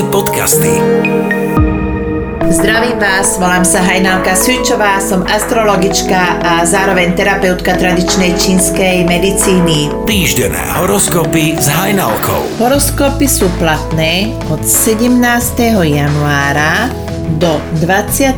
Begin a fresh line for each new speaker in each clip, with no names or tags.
podcasty.
Zdravím vás, volám sa Hajnalka Sučová, som astrologička a zároveň terapeutka tradičnej čínskej medicíny.
Týždené horoskopy s Hajnalkou.
Horoskopy sú platné od 17. januára do 23.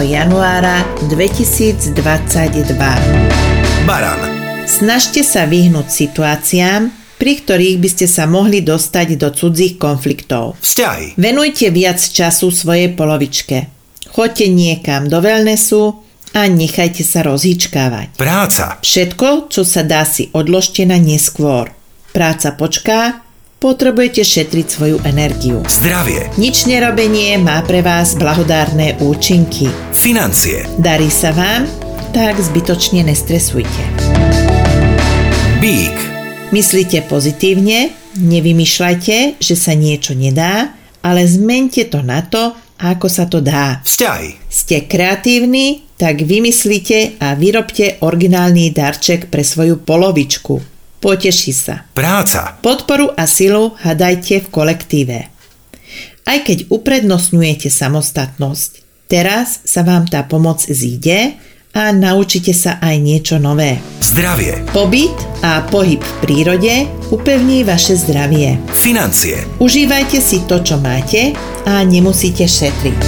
januára 2022.
Baran,
Snažte sa vyhnúť situáciám, pri ktorých by ste sa mohli dostať do cudzích konfliktov.
vzťahy,
Venujte viac času svojej polovičke. Choďte niekam do wellnessu a nechajte sa rozhýčkávať.
práca,
Všetko, čo sa dá, si odložte na neskôr. Práca počká, potrebujete šetriť svoju energiu.
zdravie,
Nič nerobenie má pre vás blahodárne účinky.
financie,
Darí sa vám, tak zbytočne nestresujte.
bík,
Myslite pozitívne, nevymýšľajte, že sa niečo nedá, ale zmente to na to, ako sa to dá.
vzťahy,
Ste kreatívni, tak vymyslite a vyrobte originálny darček pre svoju polovičku. Poteší sa.
práca,
Podporu a silu hľadajte v kolektíve. Aj keď uprednostňujete samostatnosť, teraz sa vám tá pomoc zíde a naučite sa aj niečo nové.
zdravie,
Pobyt a pohyb v prírode upevní vaše zdravie.
financie,
Užívajte si to, čo máte a nemusíte šetriť.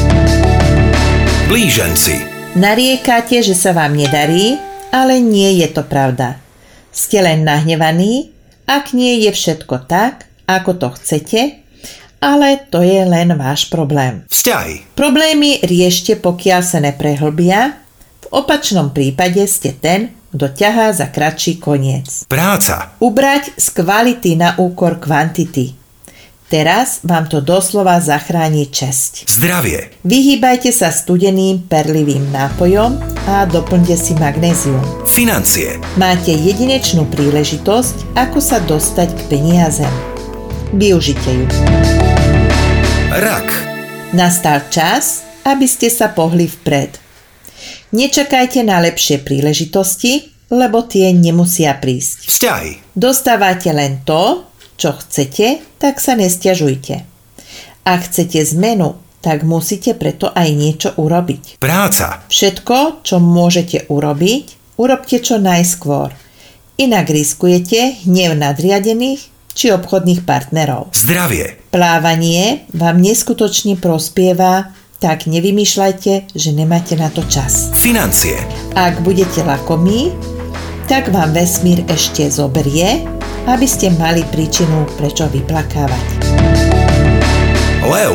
blíženci,
Nariekate, že sa vám nedarí, ale nie je to pravda. Ste len nahnevaní, ak nie je všetko tak, ako to chcete, ale to je len váš problém.
vzťahy,
Problémy riešte, pokiaľ sa neprehlbia, v opačnom prípade ste ten, kto ťahá za kratší koniec.
práca,
Ubrať z kvality na úkor kvantity. Teraz vám to doslova zachráni česť.
zdravie,
Vyhýbajte sa studeným perlivým nápojom a doplňte si magnézium.
financie,
Máte jedinečnú príležitosť, ako sa dostať k peniazem. Využite ju.
rak,
Nastal čas, aby ste sa pohli vpred. Nečakajte na lepšie príležitosti, lebo tie nemusia prísť.
vzťahy,
Dostávate len to, čo chcete, tak sa nestiažujte. Ak chcete zmenu, tak musíte preto aj niečo urobiť.
práca,
Všetko, čo môžete urobiť, urobte čo najskôr. Inak riskujete hnev nadriadených či obchodných partnerov.
zdravie,
Plávanie vám neskutočne prospieva, tak nevymýšľajte, že nemáte na to čas.
financie,
Ak budete lakomí, tak vám vesmír ešte zoberie, aby ste mali príčinu, prečo vyplakávať.
lev,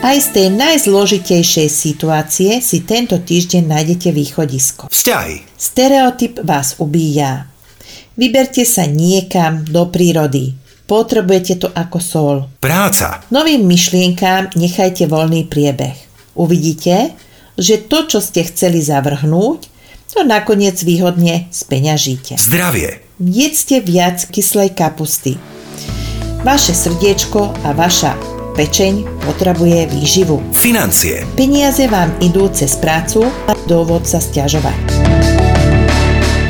Aj z tej najzložitejšej situácie si tento týždeň nájdete východisko.
vzťahy,
Stereotyp vás ubíja. Vyberte sa niekam do prírody. Potrebujete to ako sol.
práca,
Novým myšlienkám nechajte voľný priebeh. Uvidíte, že to, čo ste chceli zavrhnúť, to nakoniec výhodne speňažíte.
zdravie,
Jedzte viac kyslej kapusty. Vaše srdiečko a vaša pečeň potrebuje výživu.
financie,
Peniaze vám idú cez prácu a dôvod sa stiažovať.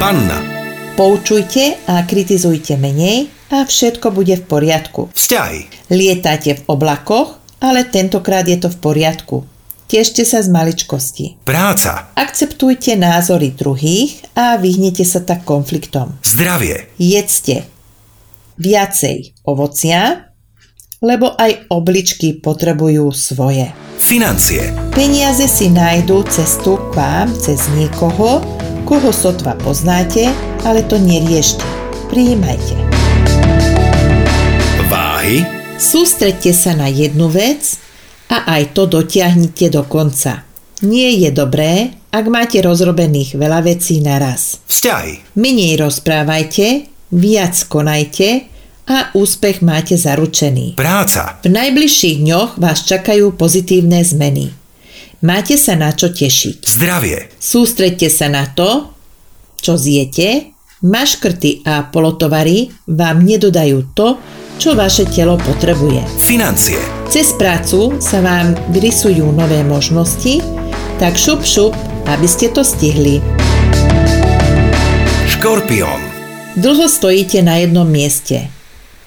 panna,
Poučujte a kritizujte menej a všetko bude v poriadku.
vzťahy,
Lietate v oblakoch, ale tentokrát je to v poriadku. Tešte sa z maličkosti.
práca,
Akceptujte názory druhých a vyhnete sa tak konfliktom.
zdravie,
Jedzte viacej ovocia, lebo aj obličky potrebujú svoje.
financie,
Peniaze si nájdú cestu k vám cez niekoho, koho sotva poznáte, ale to neriešte. Prijímajte.
váhy,
Sústredte sa na jednu vec a aj to dotiahnite do konca. Nie je dobré, ak máte rozrobených veľa vecí naraz.
vzťahy,
Menej rozprávajte, viac konajte a úspech máte zaručený.
práca,
V najbližších dňoch vás čakajú pozitívne zmeny. Máte sa na čo tešiť.
zdravie,
Sústredte sa na to, čo zjete, maškrty a polotovary vám nedodajú to, čo vaše telo potrebuje.
financie,
Cez prácu sa vám vyrysujú nové možnosti, tak šup šup, aby ste to stihli.
škorpión,
Dlho stojíte na jednom mieste.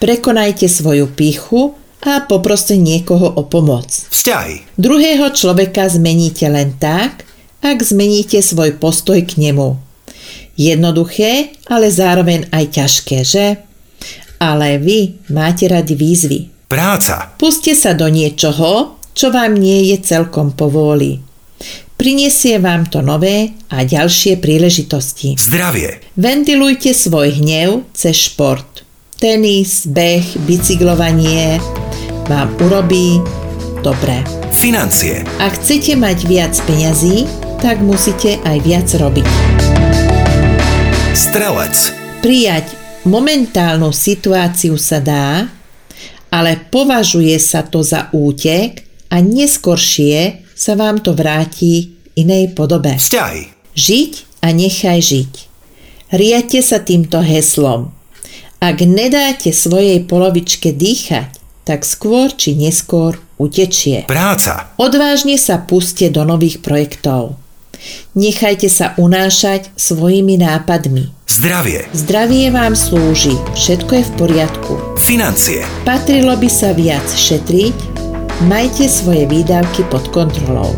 Prekonajte svoju pichu a poproste niekoho o pomoc.
Vzťahy.
Druhého človeka zmeníte len tak, ak zmeníte svoj postoj k nemu. Jednoduché, ale zároveň aj ťažké, že? Ale vy máte radi výzvy.
Práca.
Puste sa do niečoho, čo vám nie je celkom povôli. Prinesie vám to nové a ďalšie príležitosti.
Zdravie.
Ventilujte svoj hnev cez šport. Tenis, beh, bicyklovanie vám urobí dobre.
Financie.
Ak chcete mať viac peňazí, tak musíte aj viac robiť.
Strelec.
Prijať momentálnu situáciu sa dá, ale považuje sa to za útek a neskoršie sa vám to vráti v inej podobe.
Vzťahy.
Žiť a nechaj žiť. Riate sa týmto heslom. Ak nedáte svojej polovičke dýchať, tak skôr či neskôr utečie.
Práca.
Odvážne sa puste do nových projektov. Nechajte sa unášať svojimi nápadmi.
Zdravie.
Zdravie vám slúži, všetko je v poriadku.
Financie.
Patrilo by sa viac šetriť, majte svoje výdavky pod kontrolou.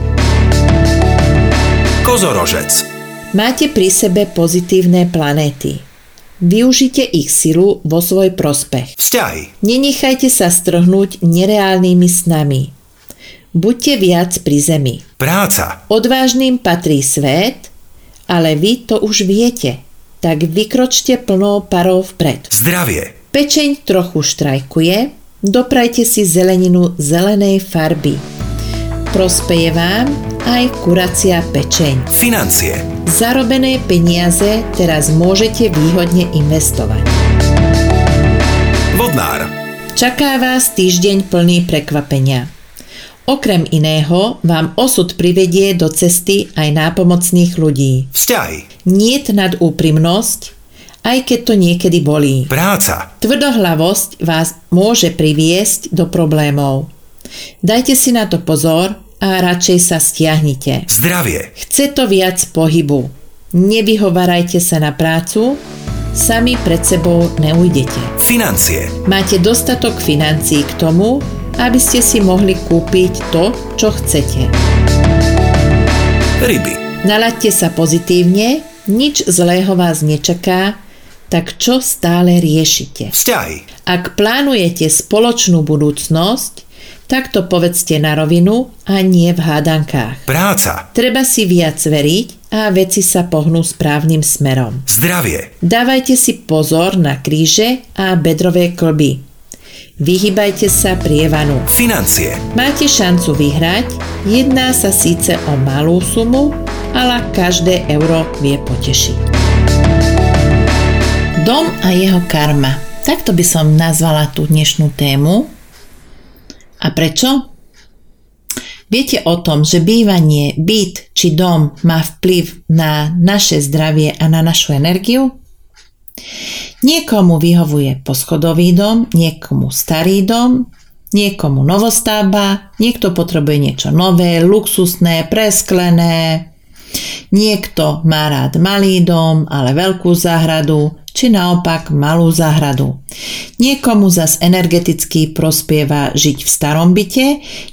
Kozorožec.
Máte pri sebe pozitívne planéty. Využite ich silu vo svoj prospech.
Vzťahy.
Nenechajte sa strhnúť nereálnymi snami. Buďte viac pri zemi.
Práca.
Odvážnym patrí svet, ale vy to už viete, tak vykročte plnou parou vpred.
Zdravie.
Pečeň trochu štrajkuje, doprajte si zeleninu zelenej farby. Prospeje vám aj kuracia pečeň.
Financie.
Zarobené peniaze teraz môžete výhodne investovať.
Vodnár.
Čaká vás týždeň plný prekvapenia. Okrem iného vám osud privedie do cesty aj nápomocných ľudí.
Vzťahy.
Niet nad úprimnosť, aj keď to niekedy bolí.
Práca.
Tvrdohlavosť vás môže priviesť do problémov. Dajte si na to pozor a radšej sa stiahnite.
Zdravie.
Chce to viac pohybu. Nevyhovarajte sa na prácu, sami pred sebou neujdete.
Financie.
Máte dostatok financií k tomu, aby ste si mohli kúpiť to, čo chcete.
Ryby.
Nalaďte sa pozitívne, nič zlého vás nečaká, tak čo stále riešite?
Vzťahy.
Ak plánujete spoločnú budúcnosť, tak to povedzte na rovinu a nie v hádankách.
Práca.
Treba si viac veriť a veci sa pohnú správnym smerom.
Zdravie.
Dávajte si pozor na kríže a bedrové klby. Vyhybajte sa prievanu.
Financie.
Máte šancu vyhrať, jedná sa síce o malú sumu, ale každé euro vie potešiť. Dom a jeho karma. Takto by som nazvala tú dnešnú tému. A prečo? Viete o tom, že bývanie, byt či dom má vplyv na naše zdravie a na našu energiu? Niekomu vyhovuje poschodový dom, niekomu starý dom, niekomu novostavba, niekto potrebuje niečo nové, luxusné, presklené, niekto má rád malý dom, ale veľkú záhradu, či naopak malú záhradu. Niekomu zas energeticky prospieva žiť v starom byte,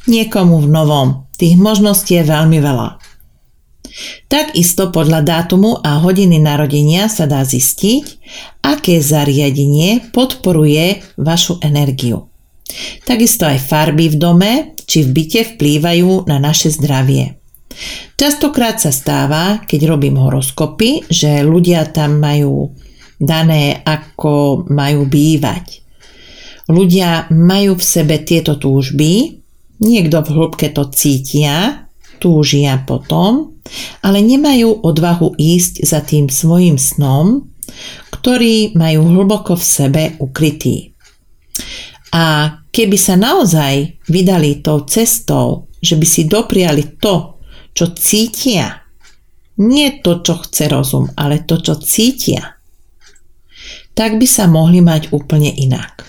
niekomu v novom. Tých možností je veľmi veľa. Takisto podľa dátumu a hodiny narodenia sa dá zistiť, aké zariadenie podporuje vašu energiu. Takisto aj farby v dome či v byte vplývajú na naše zdravie. Častokrát sa stáva, keď robím horoskopy, že ľudia tam majú dané, ako majú bývať. Ľudia majú v sebe tieto túžby, niekto v hĺbke to cítia, túžia potom, ale nemajú odvahu ísť za tým svojim snom, ktorý majú hlboko v sebe ukrytý. A keby sa naozaj vydali tou cestou, že by si dopriali to, čo cítia, nie to, čo chce rozum, ale to, čo cítia, tak by sa mohli mať úplne inak.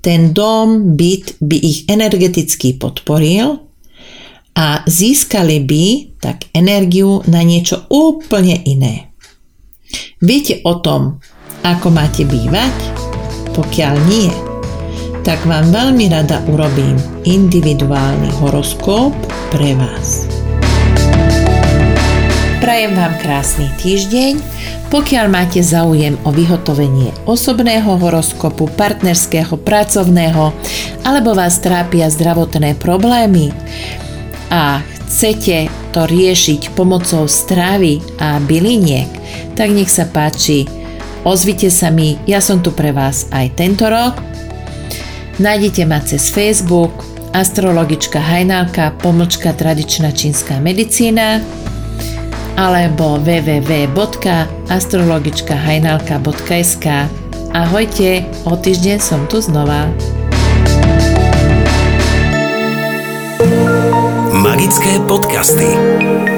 Ten dom, byt by ich energeticky podporil a získali by tak energiu na niečo úplne iné. Viete o tom, ako máte bývať? Pokiaľ nie, tak vám veľmi rada urobím individuálny horoskop pre vás. Prajem vám krásny týždeň. Pokiaľ máte záujem o vyhotovenie osobného horoskopu, partnerského, pracovného alebo vás trápia zdravotné problémy a chcete to riešiť pomocou stravy a byliniek, tak nech sa páči, ozvite sa mi, ja som tu pre vás aj tento rok. Nájdete ma cez Facebook astrologička Hajnalka pomlčka tradičná čínska medicína alebo www.astrologičkahajnalka.sk Ahojte, o týždeň som tu znova.
Magické podcasty.